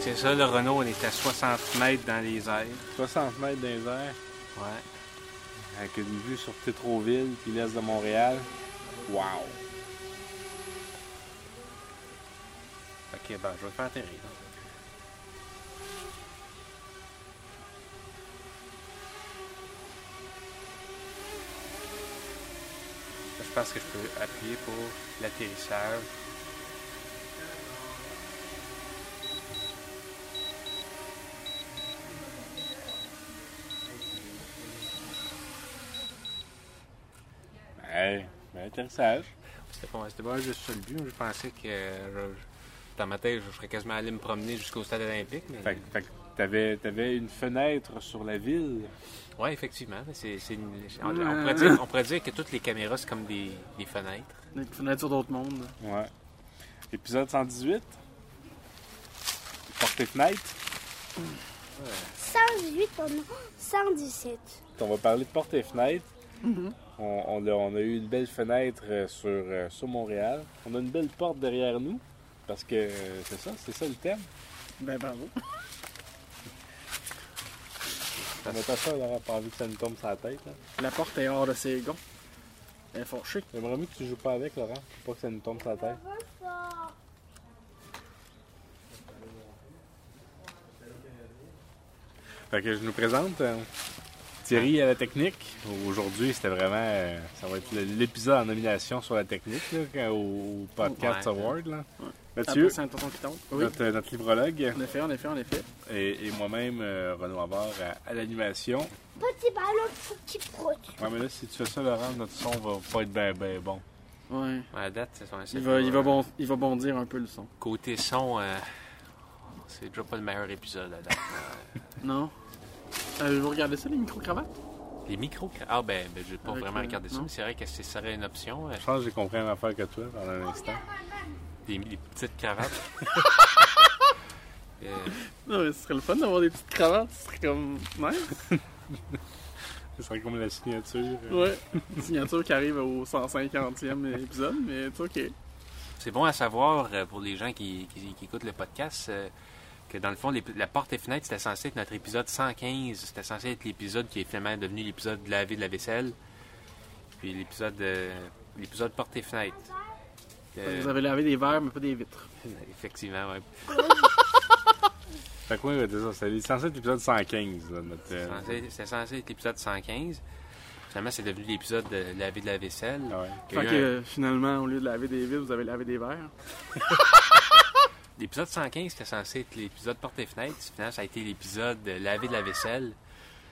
C'est ça, le Renault, on est à 60 mètres dans les airs. 60 mètres dans les airs, Ouais. avec une vue sur Tétroville puis l'est de Montréal. Wow! Ok, ben, je vais le faire atterrir. là. Je pense que je peux appuyer pour l'atterrissage. Ben, ben atterrissage. C'était pas, c'était pas juste sur le but. Je pensais que euh, je- dans ma tête, je serais quasiment allé me promener jusqu'au stade olympique. Mais... Fait, que- fait que t'avais, t'avais une fenêtre sur la ville. Oui, effectivement. mais c'est- c'est une- on, on Euh. pourrait dire, on pourrait dire que toutes les caméras, c'est comme des, des fenêtres. Une fenêtre sur d'autres mondes. Ouais. Épisode 118. Porte et fenêtre. 118, pardon, 117. On va parler de porte et fenêtre. On, on a, on a eu une belle fenêtre euh, sur, euh, sur Montréal. On a une belle porte derrière nous. Parce que euh, c'est ça, c'est ça le thème. Ben bravo. On a pas ça, on n'aura pas envie que ça nous tombe sur la tête. là. La porte est hors de ses gonds. Elle est fourchée. J'aimerais mieux que tu joues pas avec, Laurent, pour pas que ça nous tombe sur la tête. Fait que je nous présente euh, Thierry à la technique. Aujourd'hui, c'était vraiment. euh, ça va être le- l'épisode en nomination sur la technique là, quand- au, au Podcast Ouais. Award. Là. Ouais. Mathieu, Après, c'est un tonton qui tombe. Oui. notre, notre librologue, En effet, en effet, en effet. et, et moi-même, euh, Renaud Havard, à, à l'animation. Petit ballon, petit produit. Ouais, mais là, si tu fais ça, Laurent, notre son va pas être bien ben bon. Ouais. À la date, c'est ça. Il va, il, va bon, il va bondir un peu le son. Côté son, euh, c'est déjà pas le meilleur épisode à date. Non? Euh, vous regardez ça, les micro-cravates? Les micros. Ah, ben, ben j'ai pas Avec, vraiment euh, regardé ça, non. mais c'est vrai que ce serait une option. euh, Je pense que j'ai compris une affaire que toi pendant un instant. des, des petites cravates. Euh, Non, mais ce serait le fun d'avoir des petites cravates. Ce serait comme... Ouais. Ce serait comme la signature. euh, Ouais. Signature qui arrive au 150e épisode, mais c'est OK. c'est bon à savoir euh, pour les gens qui, qui- qui écoutent le podcast. euh, que dans le fond, les- la porte et fenêtre, c'était censé être notre épisode 115. C'était censé être l'épisode qui est finalement devenu l'épisode de laver de la vaisselle. Puis l'épisode euh, l'épisode porte et fenêtre. Euh, Vous avez lavé des verres, mais pas des vitres. Effectivement, ouais. Fait que oui, c'est ça. C'est censé être l'épisode 115, là, notre. euh, Censé- C'était censé être l'épisode 115. Finalement, c'est devenu l'épisode de laver de la vaisselle. ah ouais. Qu'il y a Fait eu que euh, finalement, au lieu de laver des vitres, vous avez lavé des verres. un- L'épisode 115, c'était censé être l'épisode porte et fenêtre. Finalement, ça a été l'épisode de laver de la vaisselle.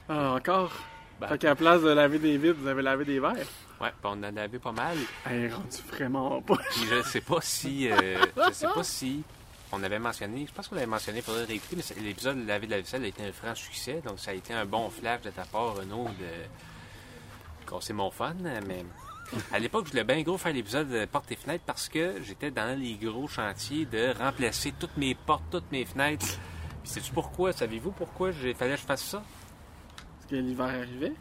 Ah, encore? Ben. Fait qu'à la place de laver des vitres, vous avez lavé des verres. Ouais, puis on en avait pas mal. Hey, rendu vraiment pas. Puis je sais pas si. euh, je sais pas si. On avait mentionné, je pense qu'on l'avait mentionné, il faudrait réécouter, mais c'est- l'épisode de Laver de la vaisselle a été un franc succès, donc ça a été un bon flash de ta part, Renaud, de casser mon fun. Mais à l'époque, je voulais bien gros faire l'épisode de portes et fenêtres parce que j'étais dans les gros chantiers de remplacer toutes mes portes, toutes mes fenêtres. Puis sais-tu pourquoi? Savez-vous pourquoi il fallait que je fasse ça? Parce que l'hiver arrivait.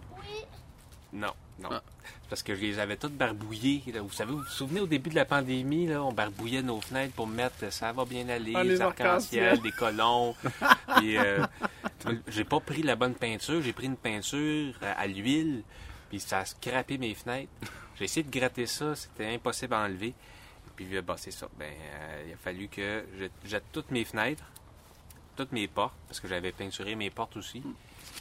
Non, non. Ah. C'est Parce que je les avais toutes barbouillées. là. Vous savez, vous vous souvenez au début de la pandémie, là, on barbouillait nos fenêtres pour mettre euh, ça va bien aller, Ah, les les arcs-en-ciel, arcs-en-ciel. des colons. Puis, euh, j'ai pas pris la bonne peinture, j'ai pris une peinture euh, à l'huile, puis ça a scrappé mes fenêtres. J'ai essayé de gratter ça, c'était impossible à enlever. Puis euh, bah, c'est ça. Ben, euh, il a fallu que je jette toutes mes fenêtres, toutes mes portes, parce que j'avais peinturé mes portes aussi. Mm.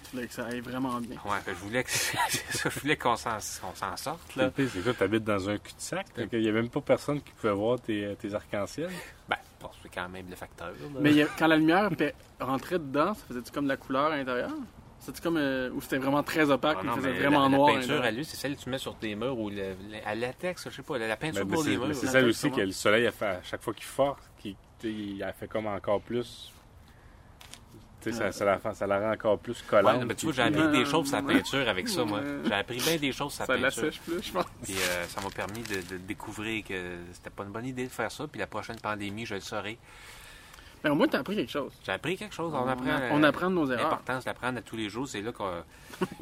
Tu voulais que ça aille vraiment bien. Ouais, je voulais que c'est ça, je voulais qu'on s'en qu'on s'en sorte là. Le pire, c'est que toi, t'habites dans un cul-de-sac. Fait qu'il y a même pas personne qui pouvait voir tes, euh, tes arcs-en-ciel. Ben, je pense que c'est quand même le facteur. là. Mais il y a- quand la lumière pe- rentrait dedans, ça faisait-tu comme de la couleur à l'intérieur? C'était comme. euh, ou c'était vraiment très opaque, Ah mais non, il faisait mais vraiment la, noir. à La peinture l'intérieur? à lui, c'est celle que tu mets sur tes murs ou le- le- à latex, je sais pas, la, la peinture Ben, mais pour les c'est- murs. mais c'est là, celle fait aussi comment? que le soleil, a fait, à chaque fois qu'il force, qui, tu sais, il a fait comme encore plus. Tu sais, ça, Ouais. ça, la, fait- ça la rend encore plus Ouais, collante. non, mais tu vois, j'ai Puis- appris des Euh, choses sa ouais. peinture avec ça, moi. Euh, J'ai appris bien des choses sa Ça la peinture. sèche plus, je pense. Puis euh, ça m'a permis de, de découvrir que c'était pas une bonne idée de faire ça. Puis la prochaine pandémie, je le saurai. Mais au moins, t'as appris quelque chose. J'ai appris quelque chose. On, On apprend. a- euh, on apprend de nos erreurs. L'importance d'apprendre à tous les jours, c'est là qu'on.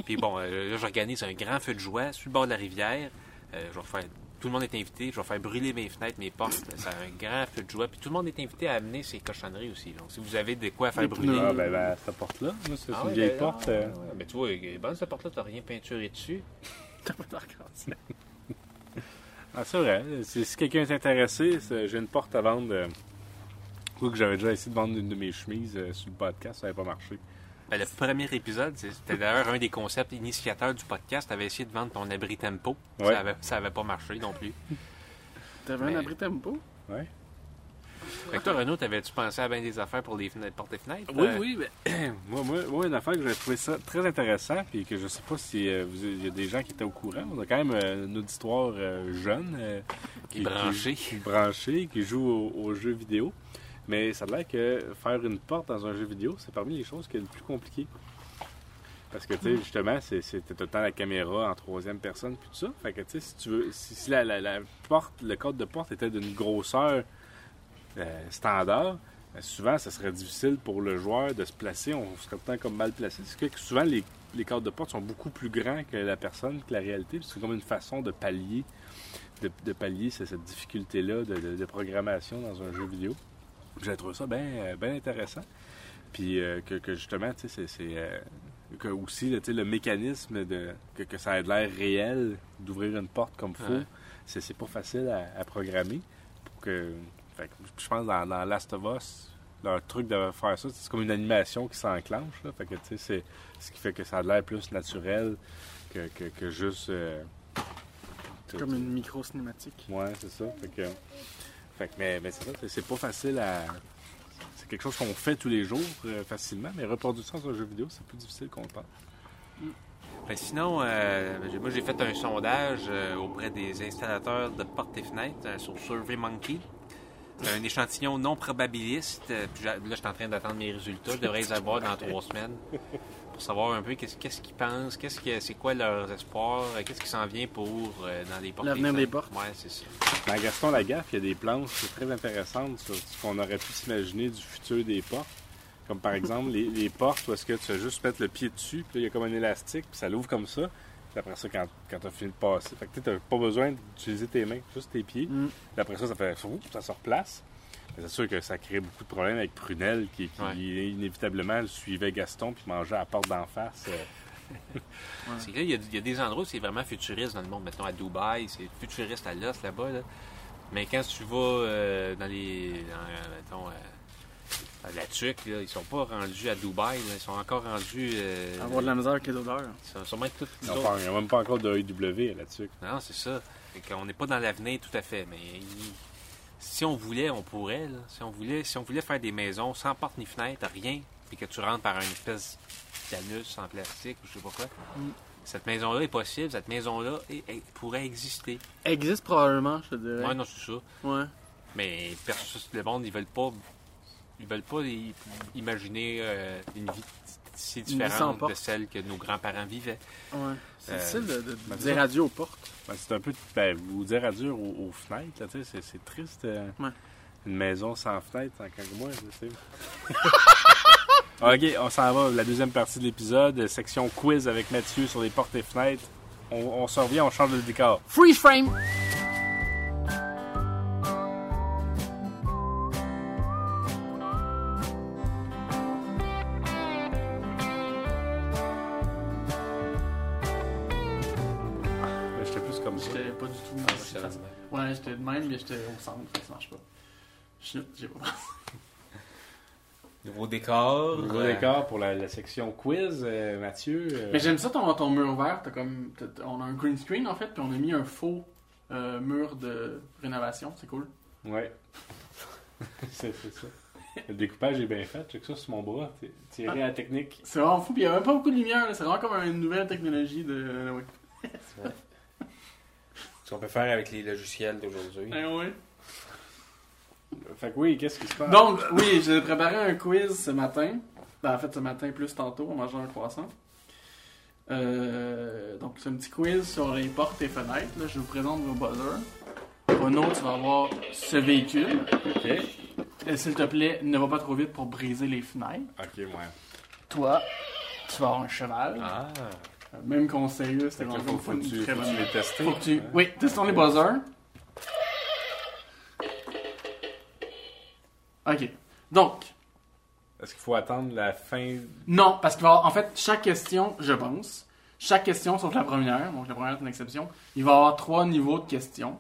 Puis bon, euh, là, j'organise un grand feu de joie sur le bord de la rivière. Euh, je vais refaire Tout le monde est invité. Je vais faire brûler mes fenêtres, mes portes. Ça a un grand feu de joie. Puis tout le monde est invité à amener ses cochonneries aussi. Donc, si vous avez de quoi à faire Des brûler. pneus. Ah, ben, ben, cette porte-là, moi, c'est Ah c'est une ouais, vieille ben, porte. ah, euh, ouais, ouais. Mais tu vois, elle est bonne cette porte-là, t'as rien peinturé dessus. T'as pas d'arc-en-ciel. Ah, c'est vrai. Si, si quelqu'un est intéressé, c'est- j'ai une porte à vendre. euh, quoi que j'avais déjà essayé de vendre une de mes chemises euh, sur le podcast, ça n'avait pas marché. Ben, le premier épisode, c'est- c'était d'ailleurs un des concepts initiateurs du podcast. T'avais essayé de vendre ton abri tempo. Ouais. Ça, avait, ça avait pas marché non plus. T'avais Mais- un abri tempo? Fait que toi, Renaud, t'avais-tu pensé à bien des affaires pour les fenêtres, portes et fenêtres? Oui, Euh, oui, mais Moi, moi, moi, une affaire que j'ai trouvé ça très intéressant, puis que je sais pas si euh, vous- il y a des gens qui étaient au courant. On a quand même euh, un auditoire euh, jeune. euh, Qui est branché. Qui, branché, qui joue au- aux, jeux vidéo. Mais ça a l'air que faire une porte dans un jeu vidéo, c'est parmi les choses qui est le plus compliqué. Parce que, tu sais, justement, c'est- c'était tout le temps la caméra en troisième personne, puis tout ça. Fait que, tu sais, si tu veux, si, si la, la- la porte, le code de porte était d'une grosseur euh, standard, euh, souvent, ça serait difficile pour le joueur de se placer. On serait tout le temps comme mal placé. Ce qui fait que souvent, les, les cadres de porte sont beaucoup plus grands que la personne, que la réalité. puis C'est comme une façon de pallier, de, de pallier ce- cette difficulté-là de, de- de programmation dans un jeu vidéo. Puis J'ai trouvé ça bien ben intéressant. Puis euh, que, que justement, tu sais, c'est- c'est... euh, que aussi, tu sais, le mécanisme de que, que ça ait de l'air réel d'ouvrir une porte comme faut, Ouais. c'est c'est pas facile à, à programmer. Pour que, fait que je pense dans, dans Last of Us, leur truc de faire ça, c'est comme une animation qui s'enclenche. là. Fait que tu sais, c'est ce qui fait que ça a de l'air plus naturel que, que, que juste. euh, c'est comme une micro-cinématique. Ouais, c'est ça. Fait que, fait que- mais, mais c'est ça, c'est- c'est pas facile à. C'est quelque chose qu'on fait tous les jours euh, facilement, mais reproduire ça dans un jeu vidéo, c'est plus difficile qu'on le pense. Ben, sinon, euh, j'ai- moi j'ai fait un sondage euh, auprès des installateurs de portes et fenêtres euh, sur SurveyMonkey. C'est un échantillon non probabiliste. euh, puis j'a- là, je suis en train d'attendre mes résultats. Je devrais les avoir dans trois semaines pour savoir un peu qu'est-ce qu'est-ce qu'ils pensent, qu'est-ce que c'est quoi leurs espoirs, euh, qu'est-ce qui s'en vient pour euh, dans les portes. et L'avenir des fenêtres. portes. Ouais, c'est ça. Dans Gaston Lagaffe, il y a des planches très intéressantes sur ce qu'on aurait pu s'imaginer du futur des portes. Comme par exemple les, les portes où est-ce que tu vas juste mettre le pied dessus, puis là, il y a comme un élastique, puis ça l'ouvre comme ça. Puis après ça, quand, quand tu as fini de passer, fait que tu n'as pas besoin d'utiliser tes mains, juste tes pieds. Mm. Puis après ça, ça fait fou, ça se replace. Mais C'est sûr que ça crée beaucoup de problèmes avec Prunel qui, qui Ouais. inévitablement suivait Gaston puis mangeait à la porte d'en face. euh, C'est que là, il y, a, il y a des endroits où c'est vraiment futuriste dans le monde. Mettons à Dubaï, c'est futuriste à l'os là-bas. là. Mais quand tu vas euh, dans les. dans, euh, mettons, euh, à la TUC, là, ils sont pas rendus à Dubaï. là. Ils sont encore rendus. euh, Avoir de la misère avec les odeurs. Ils sont sûrement tous les ils ont autres. pas- ils ont même pas encore de EW là-dessus. Non, c'est ça. on n'est pas dans l'avenir tout à fait. Mais il- si on voulait, on pourrait. là. Si, on voulait, si on voulait faire des maisons sans porte ni fenêtre, rien, puis que tu rentres par une espèce d'anus en plastique ou je sais pas quoi. Mm. Cette maison-là est possible, cette maison-là est- est- pourrait exister. Existe probablement, je te dirais. Ouais, non, c'est ça. Ouais. Mais perso- le monde, ils veulent pas. Ils veulent pas i- imaginer euh, une vie si vie sans différente porte. de celle que nos grands-parents vivaient. Ouais. C'est Euh, difficile de, de ben, dire ça- adieu aux portes. Ben, c'est un peu ben, vous dire adieu aux, aux fenêtres, là, tu sais, c'est, c'est triste. euh, Ouais. Une maison sans fenêtre, en quelques mois, je sais. ok, on s'en va, la deuxième partie de l'épisode, section quiz avec Mathieu sur les portes et fenêtres. On, on se revient, on change de décor. Freeze frame! Ben, J'étais plus comme ça. J'étais pas du tout. ouais, j'étais de même, mais j'étais au centre, fait que ça marche pas. Shit, j'ai pas Nouveau décor. Nouveau décor pour la, la section quiz, euh, Mathieu. euh, Mais j'aime ça ton, ton mur vert, t'as comme. t'as- t'as- on a un green screen en fait, puis on a mis un faux euh, mur de rénovation, c'est cool. Ouais. c'est, c'est ça. Le découpage est bien fait, check ça sur mon bras, t- tiré à la technique. C'est vraiment fou, puis il y avait pas beaucoup de lumière, là, c'est vraiment comme une nouvelle technologie de. euh, Ouais. Ce qu'on peut faire avec les logiciels d'aujourd'hui. Ouais, ouais. Fait que oui, qu'est-ce qui se passe? Donc, oui, j'ai préparé un quiz ce matin. Ben, en fait, ce matin plus tantôt, en mangeant un croissant. Euh, donc, c'est un petit quiz sur les portes et fenêtres. Là, je vous présente vos buzzers. Renaud, tu vas avoir ce véhicule. Ok, Et Euh, S'il te plaît, ne va pas trop vite pour briser les fenêtres. ok, ouais. Toi, tu vas avoir un cheval. Ah! Euh, Même conseil, là, c'était Fait que là, vraiment faut, faut, une que tu, très faut que bonne- tu les tester. Faut que tu... hein? Oui, testons les buzzers. OK. Donc, Est-ce qu'il faut attendre la fin non, parce qu'il va y avoir- en fait, chaque question, je pense, chaque question sauf la première, donc la première est une exception, il va y avoir trois niveaux de questions.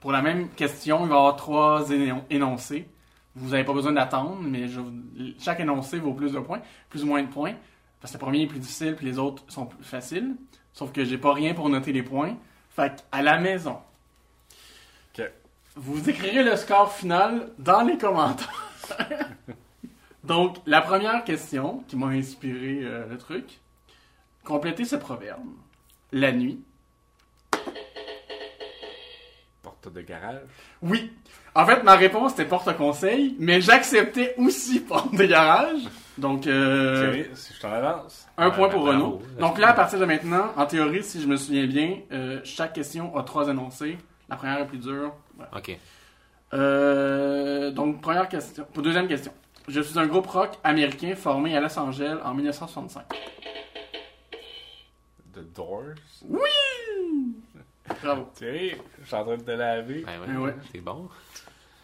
Pour la même question, il va y avoir trois énon- énoncés. Vous n'avez pas besoin d'attendre, mais je vous- chaque énoncé vaut plus de points, plus ou moins de points, parce que le premier est plus difficile, puis les autres sont plus faciles. Sauf que j'ai pas rien pour noter les points. Fait à la maison, Ok. vous écrirez le score final dans les commentaires. Donc, la première question qui m'a inspiré euh, le truc, complétez ce proverbe. La nuit. porte de garage? Oui. En fait, ma réponse était porte-conseil, mais j'acceptais aussi porte de garage. Donc, euh, Sérieux? Si je t'en avance. Un Ouais, point pour bravo. Renault. Donc là, à partir de maintenant, en théorie, si je me souviens bien, euh, chaque question a trois annoncés. La première est plus dure. Voilà. Ok. Euh, donc, première question. Pour deuxième question. Je suis un groupe rock américain formé à Los Angeles en 1965. The Doors. Bravo. Thierry, je suis en train de te laver. Ben ouais, Ben ouais. c'est bon.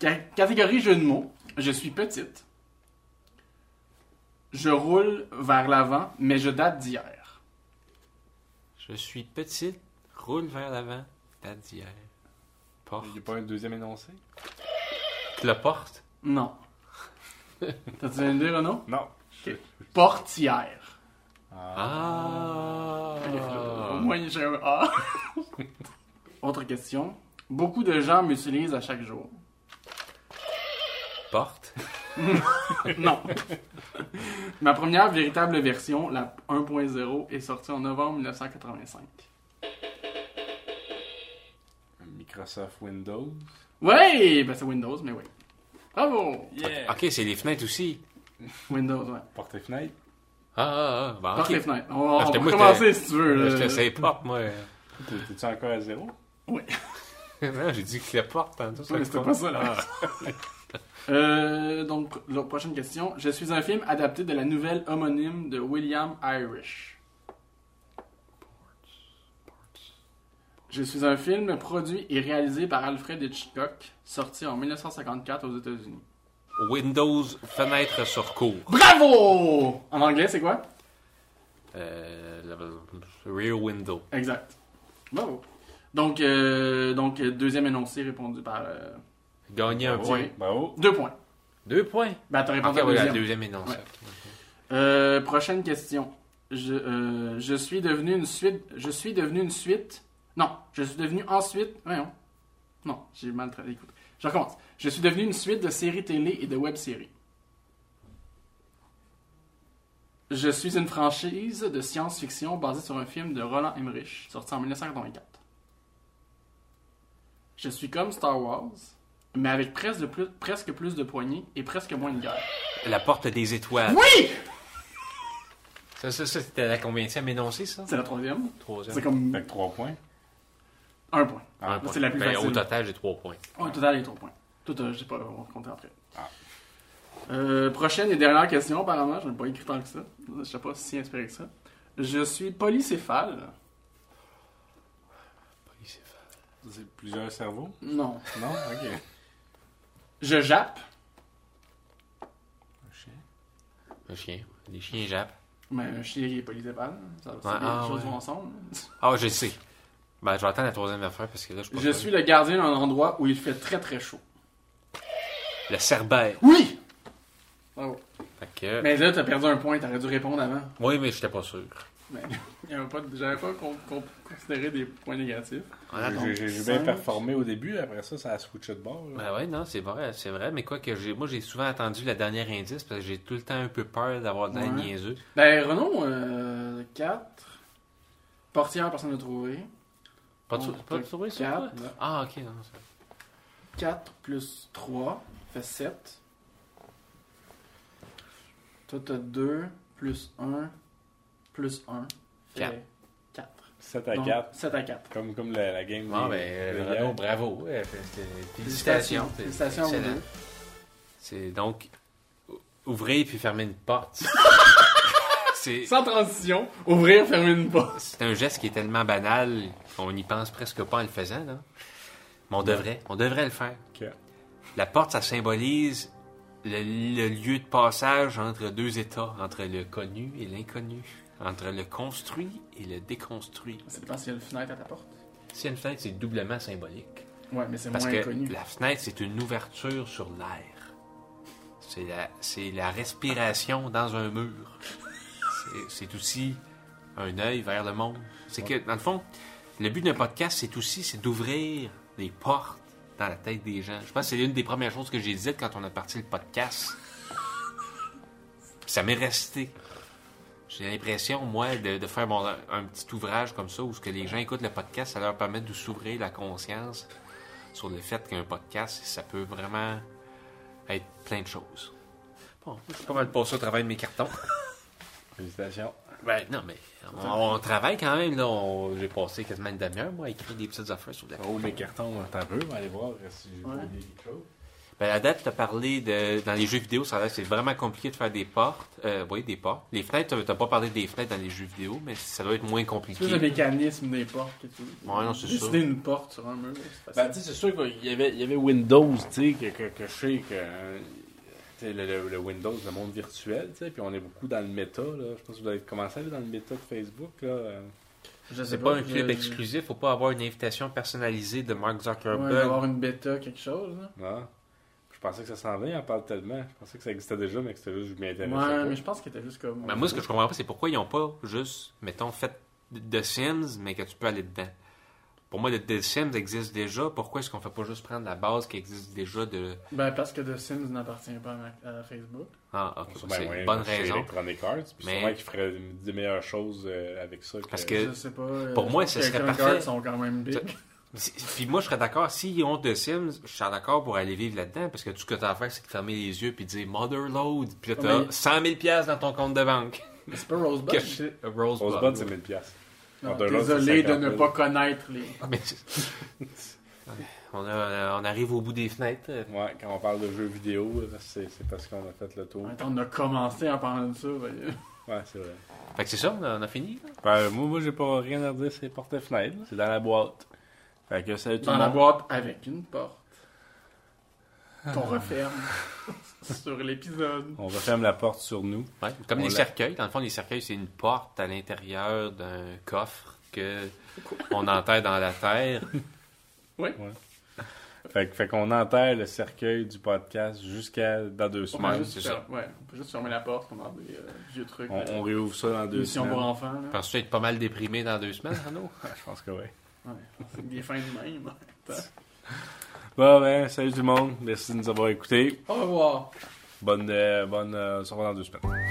Ca- Catégorie jeu de mots. Je suis petite. Je roule vers l'avant, mais je date d'hier. Je suis petite, roule vers l'avant, date d'hier. Porte. Il n'y a pas un deuxième énoncé? Le porte. Non. T'as-tu une idée, Renaud? Non. Portière. Ah. Au moins, j'ai un A. Autre question. Beaucoup de gens m'utilisent à chaque jour. Porte. Non. Ma première véritable version, la 1.0, est sortie en novembre 1985. Microsoft Windows. Ouais! Ben c'est Windows, mais oui. Bravo! Yeah! Ok, c'est les fenêtres aussi. Windows, ouais. Porte et fenêtre. Ah, ah, ah. Ben, Porte les ok. fenêtres. On va, Parce on que va moi, commencer si tu veux. là. Je te sais porte, moi. T'es- T'es-tu encore à zéro? non, j'ai dit que Ah. le porte hein, tantôt. Ouais, mais c'était pas ça, là. Euh, donc, pr- la prochaine question. Je suis un film adapté de la nouvelle homonyme de William Irish. Je suis un film produit et réalisé par Alfred Hitchcock, sorti en 1954 aux États-Unis. Windows, fenêtre sur cours. Bravo! En anglais, c'est quoi? Euh, le- rear window. Exact. Bravo. Donc, euh, donc euh, deuxième énoncé répondu par... euh, Gagner un Bravo. point. oui. Bravo. deux points. Deux points. Ben, t'as Ok, répondu à ouais, la deuxième. deuxième énoncé. Ouais. Euh, prochaine question. Je, euh, je suis devenu une suite. Je suis devenu une suite. Non, je suis devenu ensuite. Voyons. Non, j'ai mal traduit. Écoute, je recommence. Je suis devenu une suite de séries télé et de web-séries. Je suis une franchise de science-fiction basée sur un film de Roland Emmerich, sorti en 1984. Je suis comme Star Wars, mais avec presque plus, presque plus de poignées et presque moins de guerre. La porte des étoiles. Oui! Ça, ça, ça c'était la combienième énoncée, ça? C'est la troisième. C'est Troisième. comme Fait que 3 points. un point. Un Ah, c'est la plus Ben, facile. Au total, j'ai trois points. Au total, les trois points. Tout, euh, je sais pas, on va compter après. Ah. Euh, prochaine et dernière question, apparemment. Je n'ai pas écrit tant que ça. Je sais pas si inspiré que ça. Je suis polycéphale. C'est plusieurs cerveaux? Non. Non? Ok. Je jappe. Un chien. Un chien. Des chiens jappent. Mais un chien qui est polycéphale. Ça, ça, Ouais, les ah, choses ouais. vont ensemble. Ah, je le sais. Ben, je vais attendre la troisième affaire parce que là, je suis pas Je sûr. suis le gardien d'un endroit où il fait très très chaud. Le cerbère. Oui! Bravo. Fait que... Mais là, t'as perdu un point, t'aurais dû répondre avant. Oui, mais j'étais pas sûr. Mais il y avait pas de- j'avais pas con- con- considéré des points négatifs. On attend. J'ai- J'ai j'ai Cinq. bien performé au début, après ça, ça a switché de bord. là. Ben ouais, non, c'est vrai, c'est vrai. Mais quoi que j'ai... Moi, j'ai souvent attendu la dernière indice parce que j'ai tout le temps un peu peur d'avoir de la Ouais. niaiseux. Ben, Renault, 4. Portière, personne n'a trouvé. Pas de, On sou- pas de fait souris, ça? quatre. toi? Ah, ok, non. ça- 4 plus 3 fait 7. Toi, t'as 2 plus 1 plus 1 Quatre. fait 4. 7 à 4. 7 à 4. Comme, comme la, la game. Bon, des- ben, de Renaud, hier. bravo. Ouais, fait- c'est- Félicitations. C'est- Félicitations à vous excellent. deux. C'est donc ou- ouvrir puis fermer une porte. c'est, Sans transition, ouvrir, fermer une porte. c'est un geste qui est tellement banal qu'on n'y pense presque pas en le faisant. Là. Mais on devrait, on devrait le faire. Ok. La porte, ça symbolise le, le lieu de passage entre deux états, entre le connu et l'inconnu, entre le construit et le déconstruit. Ça dépend s'il y a une fenêtre à ta porte. Si une fenêtre, c'est doublement symbolique. Ouais, mais c'est Parce moins que connu. la fenêtre, c'est une ouverture sur l'air. C'est la, c'est la respiration dans un mur. C'est- C'est aussi un œil vers le monde. C'est que, dans le fond, le but d'un podcast, c'est aussi c'est d'ouvrir les portes dans la tête des gens. Je pense que c'est l'une des premières choses que j'ai dites quand on a parti le podcast. Puis Ça m'est resté. J'ai l'impression, moi, de, de faire mon- un petit ouvrage comme ça, où ce que les gens écoutent le podcast, ça leur permet de s'ouvrir la conscience sur le fait qu'un podcast, ça peut vraiment être plein de choses. Bon, je suis pas mal passé au travail de mes cartons. Félicitations. Ben, non, mais on, on travaille quand même, là. On- J'ai passé quasiment une demi-heure, moi, à écrire des petites affaires sur la... Oh, mes cartons, t'as peu, on va aller voir euh, si j'ai Ouais. oublié quelque chose. Ben, à date, t'as parlé de... Dans les jeux vidéo, ça a l'air que c'est vraiment compliqué de faire des portes. Euh, oui, des portes. Les fenêtres, t'as- t'as pas parlé des fenêtres dans les jeux vidéo, mais ça doit être moins compliqué. Plus le mécanisme des portes et tout. Ouais, non, c'est Décider une porte sur un mur, c'est Ben, facile. tu sais, c'est sûr qu'il y avait, il y avait Windows, tu sais, que, que, que je sais que. euh, tu sais, Le, le- le Windows, le monde virtuel, tu sais, puis on est beaucoup dans le méta, là. Je pense que vous avez commencé à aller dans le méta de Facebook, là. euh. Je sais C'est pas un je- clip je- exclusif, faut pas avoir une invitation personnalisée de Mark Ouais, Zuckerberg. d'avoir une bêta, quelque chose. là. Ah. Je pensais que ça s'en venait, on parle tellement. Je pensais que ça existait déjà, mais que c'était juste, je m'y intéressais Ouais, pas. mais je pense qu'il était juste comme. Ben, moi, ce que je comprends pas, c'est pourquoi ils n'ont pas juste, mettons, fait The Sims, mais que tu peux aller dedans. Pour moi, le The Sims existe déjà. Pourquoi est-ce qu'on fait pas juste prendre la base qui existe déjà de. Ben, parce que The Sims n'appartient pas à, ma- à Facebook. Ah, ok, Sûrement, c'est ben, ouais, une bonne chez raison. Electronic Arts, puis Mais- sûrement qu'ils feraient des meilleures choses euh, avec ça. Parce que- je sais pas. euh, pour moi, je ce pense que serait les Electronic parfait. Arts sont quand même big. C'est- Puis moi, je serais d'accord. S'ils ont The Sims, je serais d'accord pour aller vivre là-dedans. Parce que tout ce que t'as à faire, c'est de fermer les yeux puis de dire Motherload. Puis là, t'as Mais- 100 000 piastres dans ton compte de banque. Mais c'est pas Rosebud. Que je- Rosebud. Rosebud, c'est 1000$. piastres. Non, Under Love, désolé c'est de ne 50 000. pas connaître les. Ah, mais- on, a- on arrive au bout des fenêtres. Ouais, quand on parle de jeux vidéo, là, c'est c'est parce qu'on a fait le tour. Attends, on a commencé en parlant de ça. ben, voyez. Ouais, c'est vrai. Fait que c'est ça, on a, on a fini. là. Ben, moi, moi j'ai pas rien à dire, c'est porte fenêtre. C'est dans la boîte. Fait que salut tout Dans le la monde. boîte avec une porte. Ah. Qu'on referme sur l'épisode. On referme la porte sur nous. Ouais, comme On les l'a- cercueils. Dans le fond, les cercueils, c'est une porte à l'intérieur d'un coffre que on enterre dans la terre. Fait, que- fait qu'on enterre le cercueil du podcast jusqu'à dans deux On peut, semaines. juste c'est fer- ouais, on peut juste fermer la porte comme dans des euh, vieux trucs. On, on euh, réouvre ça dans deux émissions semaines. pour enfants. là. Penses-tu être pas mal déprimé dans deux semaines, Arnaud? Ah, Je pense que oui. Ouais, des fins de même. Bon, ben, salut tout le monde. Merci de nous avoir écoutés. Au revoir. Bonne, euh, bonne, euh, on se revoit dans deux semaines.